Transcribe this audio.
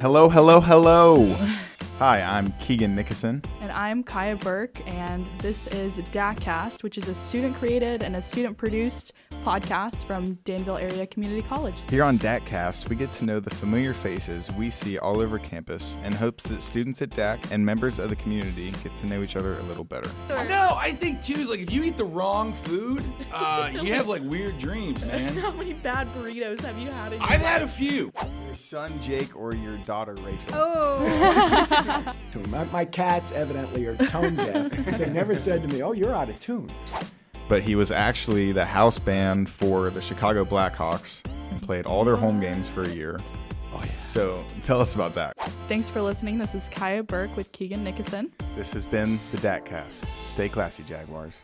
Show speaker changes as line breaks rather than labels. Hello, hello, hello. Hi, I'm Keegan Nickerson.
And I'm Kaya Burke, and this is DACast, which is a student created and a student produced podcast from Danville Area Community College.
Here on DACcast, we get to know the familiar faces we see all over campus in hopes that students at DAC and members of the community get to know each other a little better.
No, I think too is like if you eat the wrong food, uh, you have like weird dreams, man.
How many bad burritos have you had in
I've had a few.
Your son Jake or your daughter Rachel?
Oh,
to me. My, my cats evidently are tone deaf. they never said to me, "Oh, you're out of tune."
But he was actually the house band for the Chicago Blackhawks and played all their home games for a year. Oh, yeah. So tell us about that.
Thanks for listening. This is Kaya Burke with Keegan Nickerson.
This has been the DACcast. Stay classy, Jaguars.